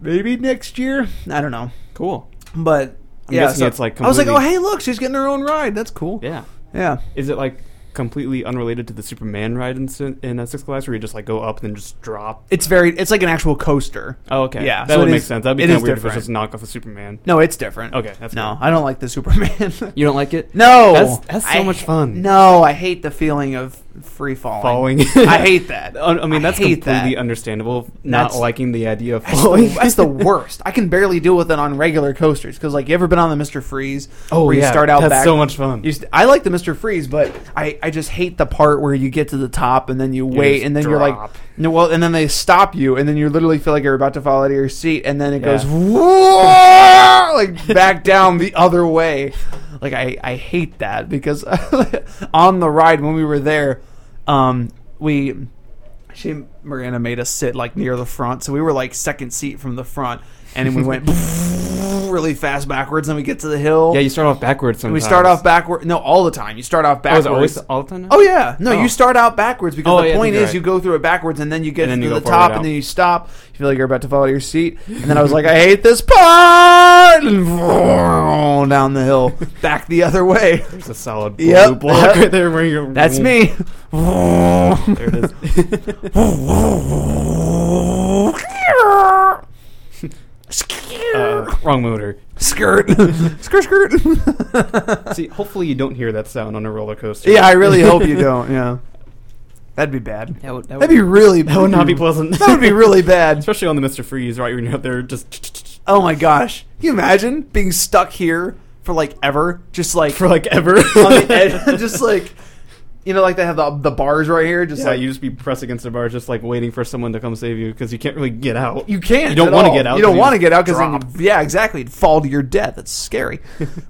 A: maybe next year. I don't know,
B: cool.
A: but
B: I'm
A: yeah,
B: guessing
A: so
B: it's, like,
A: I was like, oh
B: completely-
A: hey, look, she's getting her own ride. That's cool.
B: Yeah,
A: Yeah.
B: is it like completely unrelated to the Superman ride in, Sin- in uh, Six Flags, where you just like go up and then just drop?
A: it's very it's like an actual coaster.
B: Oh, okay.
A: Yeah,
B: that
A: so
B: would
A: it
B: make
A: is-
B: sense. That'd be
A: it is
B: kind of weird if
A: different.
B: it's just a knockoff of Superman.
A: No, it's different.
B: Okay, that's
A: No,
B: good.
A: I don't like the Superman.
B: You don't like it?
A: No,
B: That's- that's so
A: I
B: much
A: ha-
B: fun.
A: No, I hate the feeling of free falling.
B: Falling.
A: I hate that.
B: I I mean, that's
A: hate
B: completely
A: that.
B: understandable. Not
A: That's-
B: liking the idea of
A: That's the,
B: falling.
A: that's the worst. I can barely deal with it on regular coasters because, like, you ever been on the Mister Freeze? where you start out
B: Oh, That's
A: back.
B: so much fun.
A: You st- I like the Mister Freeze, but I, I just hate the part where you get to the top and then you wait
B: just
A: and then you're like,
B: drop.
A: no, well, and then they stop you and then you literally feel like you're about to fall out of your seat and then it
B: Yeah.
A: goes "Whoa," like back down the other way. Like I, I hate that because on the ride when we were there, um, we she Miranda made us sit like near the front, so we were like second seat from the front, and then we went really fast backwards, and we get to the hill.
B: yeah, you start off backwards. Sometimes
A: we start off backward. No, all the time you start off
B: Oh, is
A: backwards.
B: it always all the time? now?
A: Oh yeah, no,
B: Oh.
A: you start out backwards because
B: Oh,
A: the
B: yeah, I
A: point
B: think you're
A: is
B: right.
A: you go through it backwards and then you get
B: And then
A: to
B: you
A: the
B: go forward
A: top
B: out.
A: and then you stop. You feel like you're about to fall out of your seat, and then I was like, I hate this part, and down the hill, back the other way.
B: There's a solid blue
A: Yep,
B: block
A: yep.
B: right there where you're.
A: That's me.
B: There it is. uh, wrong motor.
A: skirt, skirt, skirt.
B: See, hopefully you don't hear that sound on a roller coaster.
A: yeah, I really hope you don't. Yeah, that'd be bad.
B: That would, that
A: That'd be really.
B: that would not be pleasant.
A: That would be really bad.
B: Especially on the Mr. Freeze, right? When you're out there just
A: Oh my gosh! Can you imagine being stuck here for like ever? Just like
B: for like ever.
A: on the edge, just like you know, like they have the the bars right here. Just
B: yeah,
A: like
B: you just be pressed against the bar, just like waiting for someone to come save you because you can't really get out.
A: You can't.
B: You don't
A: at
B: wanna
A: all.
B: get out
A: You don't
B: 'cause you
A: want to
B: just
A: get out because
B: drop.
A: yeah, exactly. You'd fall to your death. That's scary.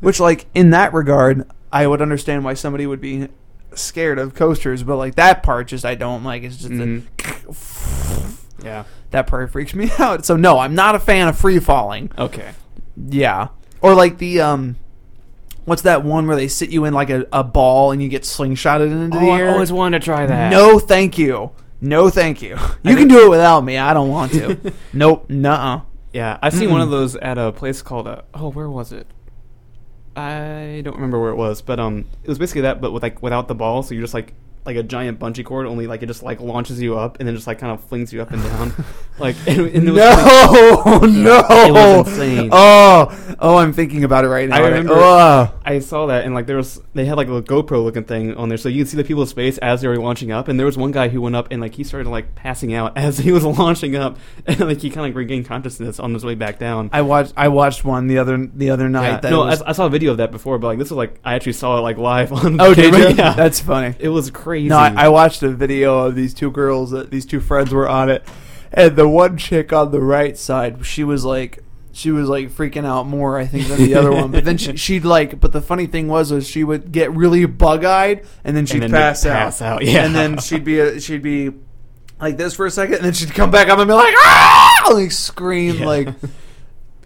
A: Which, like in that regard, I would understand why somebody would be scared of coasters, but like that part, just I don't like. It's just
B: Mhm.
A: the,
B: Yeah.
A: that part freaks me out. So no, I'm not a fan of free falling.
B: Okay.
A: Yeah, or like the um. What's that one where they sit you in like a, a ball and you get slingshotted into
B: Oh,
A: the air?
B: wanted to try
A: No, thank you. No, thank you. You can do it without me. I don't want to. nope. Nuh-uh.
B: Yeah, I've seen one of
A: Mm-mm.
B: those at a place called uh oh, where was it? I don't remember where it was, but um, it was basically that, but with like without the ball, so you're just like like a giant bungee cord, only like it just like launches you up and then just like kind of flings you up and down. like and, and it was
A: no,
B: like-
A: no,
B: It was insane.
A: Oh, oh, I'm thinking about it right now.
B: I remember-
A: Oh.
B: I saw that, and like there was, they had like a GoPro looking thing on there, so you could see the people's face as they were launching up. And there was one guy who went up and like he started like passing out as he was launching up, and like he kind of regained consciousness on his way back down.
A: I watched. I watched one the other the other night.
B: Yeah,
A: that
B: no,
A: was,
B: I, I saw a video of that before, but like this was like I actually saw it like live on.
A: oh, did
B: camera.
A: you?
B: Yeah.
A: That's funny.
B: it was crazy.
A: No, I, I watched a video of these two girls that these two friends were on it, and the one chick on the right side, she was like, she was like freaking out more, I think, than the other one. But then she, she'd like, but the funny thing was, was she would get really bug eyed, and then she'd
B: then
A: pass,
B: they'd
A: out.
B: pass out, yeah.
A: and then she'd be, a, she'd be like this for a second, and then she'd come back up and be like, ah, like scream
B: Yeah.
A: like.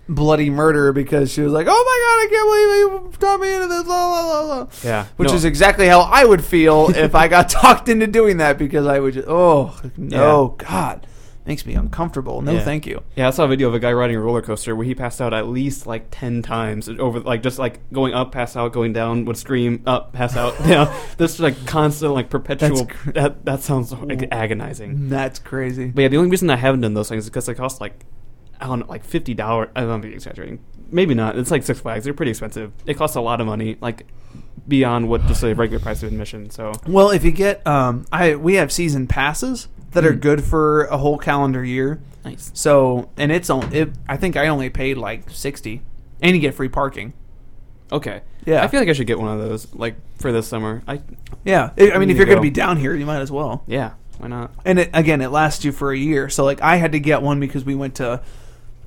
A: Bloody murder because she was like, "Oh my god, I can't believe you taught me into this." La, la, la, la.
B: yeah,
A: Which
B: No,
A: is exactly how I would feel if I got talked into doing that because I would just, oh, no, God. Makes me uncomfortable. No,
B: Yeah.
A: thank you.
B: Yeah, I saw a video of a guy riding a roller coaster where he passed out at least like ten times over, like just like going up, pass out, going down, would scream up, pass out, down. This like constant, like perpetual.
A: That's cr- Mm.
B: that that sounds like agonizing.
A: That's crazy.
B: But yeah, the only reason I haven't done those things is because they cost like I don't know, like fifty dollars. I don't be exaggerating. Maybe not. It's like Six Flags. They're pretty expensive. It costs a lot of money, like beyond what just a regular price of admission. So
A: Well, if you get, um, I we have season passes that are
B: Mm.
A: good for a whole calendar year.
B: nice.
A: So, and it's on. It, I think I only paid like sixty, and you get free parking.
B: Okay.
A: Yeah.
B: I feel like I should get one of those, like for this summer. I
A: Yeah, I I mean,
B: There
A: if
B: you
A: you're gonna
B: go.
A: be down here, you might as well.
B: yeah. Why not?
A: and it, again it lasts you for a year so like i had to get one because we went to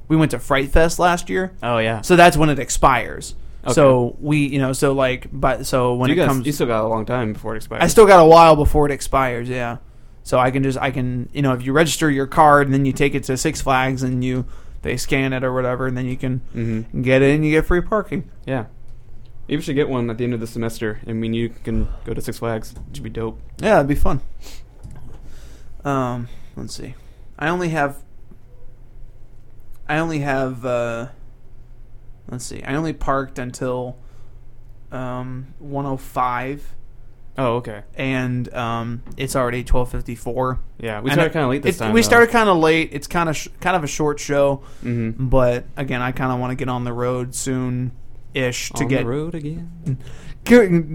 A: we went to fright fest last year
B: Oh yeah.
A: so that's when it expires
B: Okay.
A: so we you know so like but so when
B: you
A: it
B: guys,
A: comes
B: you still got a long time before it expires.
A: i still got a while before it expires yeah so i can just i can you know if you register your card and then you take it to six flags and you they scan it or whatever and then you can
B: hmm
A: get in you get free parking
B: Yeah, maybe we should get one at the end of the semester. I mean, you can go to Six Flags. It should be dope.
A: yeah that'd be fun um let's see i only have i only have uh let's see i only parked until um 105
B: Oh, okay.
A: and um it's already 1254
B: Yeah, we
A: I
B: started
A: know-
B: kind of late this
A: it-
B: time.
A: we started kind of late it's kind of sh- kind of a short show
B: mm-hmm.
A: but again i kind of want to get on the road soon ish to
B: on
A: get Mm-hmm.
B: the road again.
A: Get-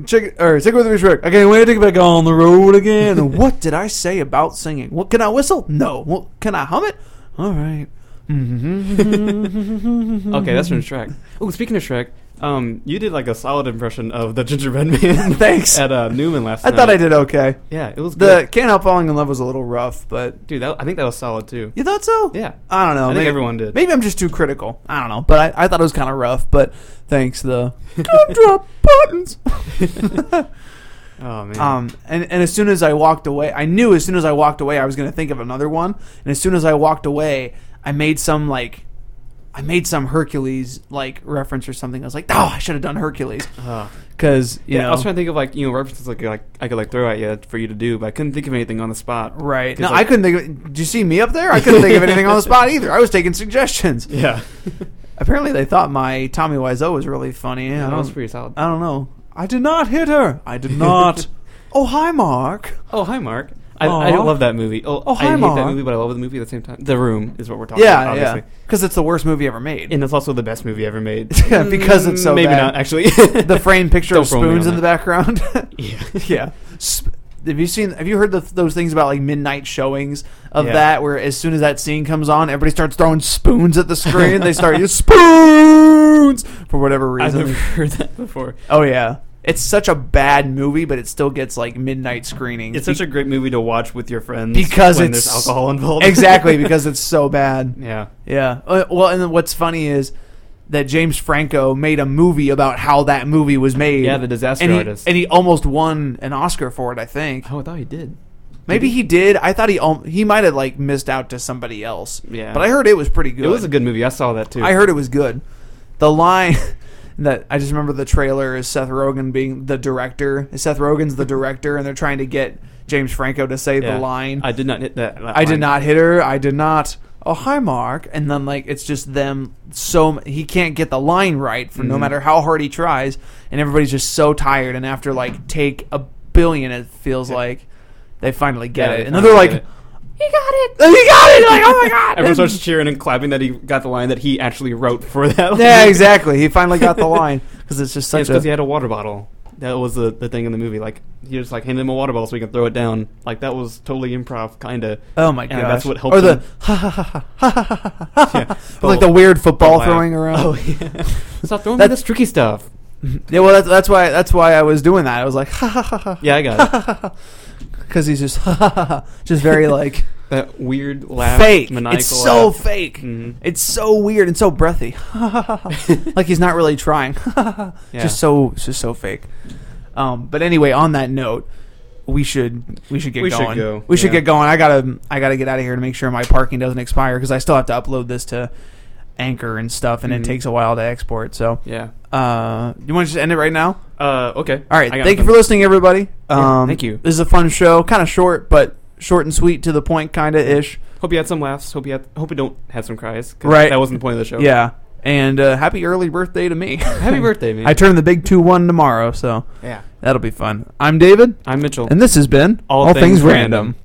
A: Check or stick with the restrict. Okay, we're gonna get back on the road again. what did I say about singing? What can I whistle? No. What can I hum it? All right.
B: Okay,
A: okay,
B: that's from Shrek. Oh, speaking of Shrek, um, you did like a solid impression of the Gingerbread Man.
A: Thanks.
B: At uh, Newman last
A: I
B: night.
A: thought I did okay.
B: Yeah, it was
A: The
B: good.
A: can't help falling in love was a little rough, but
B: Dude, that, I think that was solid too.
A: you thought so?
B: Yeah.
A: I don't know.
B: I think
A: maybe,
B: everyone did.
A: Maybe I'm just too critical. I don't know, but I, I thought it was kind of rough. But thanks, the Don't drop buttons.
B: Oh man.
A: Um, and, and as soon as I walked away, I knew as soon as I walked away, I was going to think of another one. And as soon as I walked away, I made some like, I made some Hercules like reference or something. I was like, oh, I should have done Hercules
B: Ah.
A: because you
B: yeah,
A: know,
B: I was trying to think of like you know references like like I could like throw at you for you to do, but I couldn't think of anything on the spot.
A: right?
B: 'Cause,
A: No,
B: like-
A: I couldn't think. of Did you see me up there? I couldn't think of anything on the spot either. I was taking suggestions.
B: Yeah.
A: Apparently, they thought my Tommy Wiseau was really funny. I
B: that was
A: don't.
B: pretty solid.
A: I don't know. I did not hit her. I did not. oh, hi, Mark.
B: Oh, hi, Mark. I,
A: Aw.
B: I love that movie. Oh,
A: Oh, hi,
B: I hate
A: Mark.
B: that movie, but I love the movie at the same time. The Room is what we're talking
A: Yeah,
B: about,
A: yeah.
B: obviously.
A: Because it's the worst movie ever made.
B: And it's also the best movie ever made.
A: Yeah, because it's so
B: Maybe
A: bad.
B: not, actually.
A: the framed picture
B: Don't
A: of
B: roll me
A: spoons
B: on
A: in the
B: that.
A: background.
B: yeah.
A: yeah. Sp- have you seen? Have you heard the, those things about like midnight showings of
B: Yeah.
A: that, where as soon as that scene comes on, everybody starts throwing spoons at the screen. they start "You spoons for whatever
B: I've
A: reason.
B: never heard that before.
A: oh yeah, it's such a bad movie, but it still gets like midnight screening.
B: It's such a great movie to watch with your friends
A: Because
B: when
A: it's-
B: there's alcohol involved.
A: exactly because it's so bad.
B: yeah.
A: Yeah. Uh, Well, and then what's funny is that James Franco made a movie about how that movie was made.
B: Yeah, the disaster
A: and he,
B: artist.
A: And he almost won an Oscar for it, I think.
B: Oh, I thought he did.
A: Maybe he did. I thought he al- he might have like missed out to somebody else.
B: Yeah.
A: But I heard it was pretty good.
B: It was a good movie. I saw that too.
A: I heard it was good. The line that I just remember the trailer is Seth Rogen being the director. Seth Rogen's the director, and they're trying to get James Franco to say
B: Yeah.
A: the line.
B: I did not hit that. that
A: I did
B: line.
A: not hit her. I did not. Oh, hi, Mark. And then, like, it's just them so. m- He can't get the line right for no
B: Mhm.
A: matter how hard he tries. And everybody's just so tired. And after, like, take a billion, it feels like. they finally get
B: Yeah,
A: it,
B: they
A: and then they're
B: finally
A: like,
B: get it.
A: "You got it! You got it!" Like, oh my god!
B: Everyone
A: And-
B: starts cheering and clapping that he got the line that he actually wrote for that.
A: yeah, exactly. He finally got the line because it's just such
B: because he
A: a
B: had a water bottle. That was the, the thing in the movie. Like he just like handed him a water bottle so he could throw it down. Like that was totally improv, kind of.
A: oh my god.
B: and that's what helped
A: Or the
B: him.
A: ha ha ha ha ha ha ha
B: Yeah,
A: ha. Like the weird football throwing around.
B: Oh yeah, stop throwing
A: That-
B: me this tricky stuff.
A: Yeah, well, that's, that's why that's why I was doing that. I was like, ha ha ha ha.
B: Yeah, I got it.
A: because he's just ha ha ha, ha, just very like
B: that weird laugh,
A: fake.
B: maniacal.
A: It's so
B: laugh.
A: fake.
B: Mhm.
A: It's so weird and so breathy. like he's not really trying.
B: Yeah.
A: Just so it's just so fake. Um, but anyway, on that note, we should we should get
B: We should
A: going.
B: go,
A: We should
B: yeah.
A: get going. I gotta I gotta get out of here to make sure my parking doesn't expire because I still have to upload this to Anchor and stuff, and
B: Mhm.
A: it takes a while to export. So,
B: Yeah.
A: uh, you want to just end it right now?
B: Uh. Okay.
A: All right.
B: I got
A: Thank you for
B: nothing.
A: listening, everybody.
B: Yeah,
A: Um,
B: thank you.
A: This is a fun show, kind of short, but short and sweet to the point, kind of
B: Mm-hmm.
A: ish.
B: Hope you had some laughs. Hope you had, hope you don't have some cries. 'cause
A: Right.
B: That wasn't the point of the show.
A: Yeah. And uh, happy early birthday to me.
B: Happy birthday, man.
A: I turn the big two one tomorrow, so
B: yeah.
A: that'll be fun. I'm David,
B: I'm Mitchell.
A: and this has been
B: All Things Random.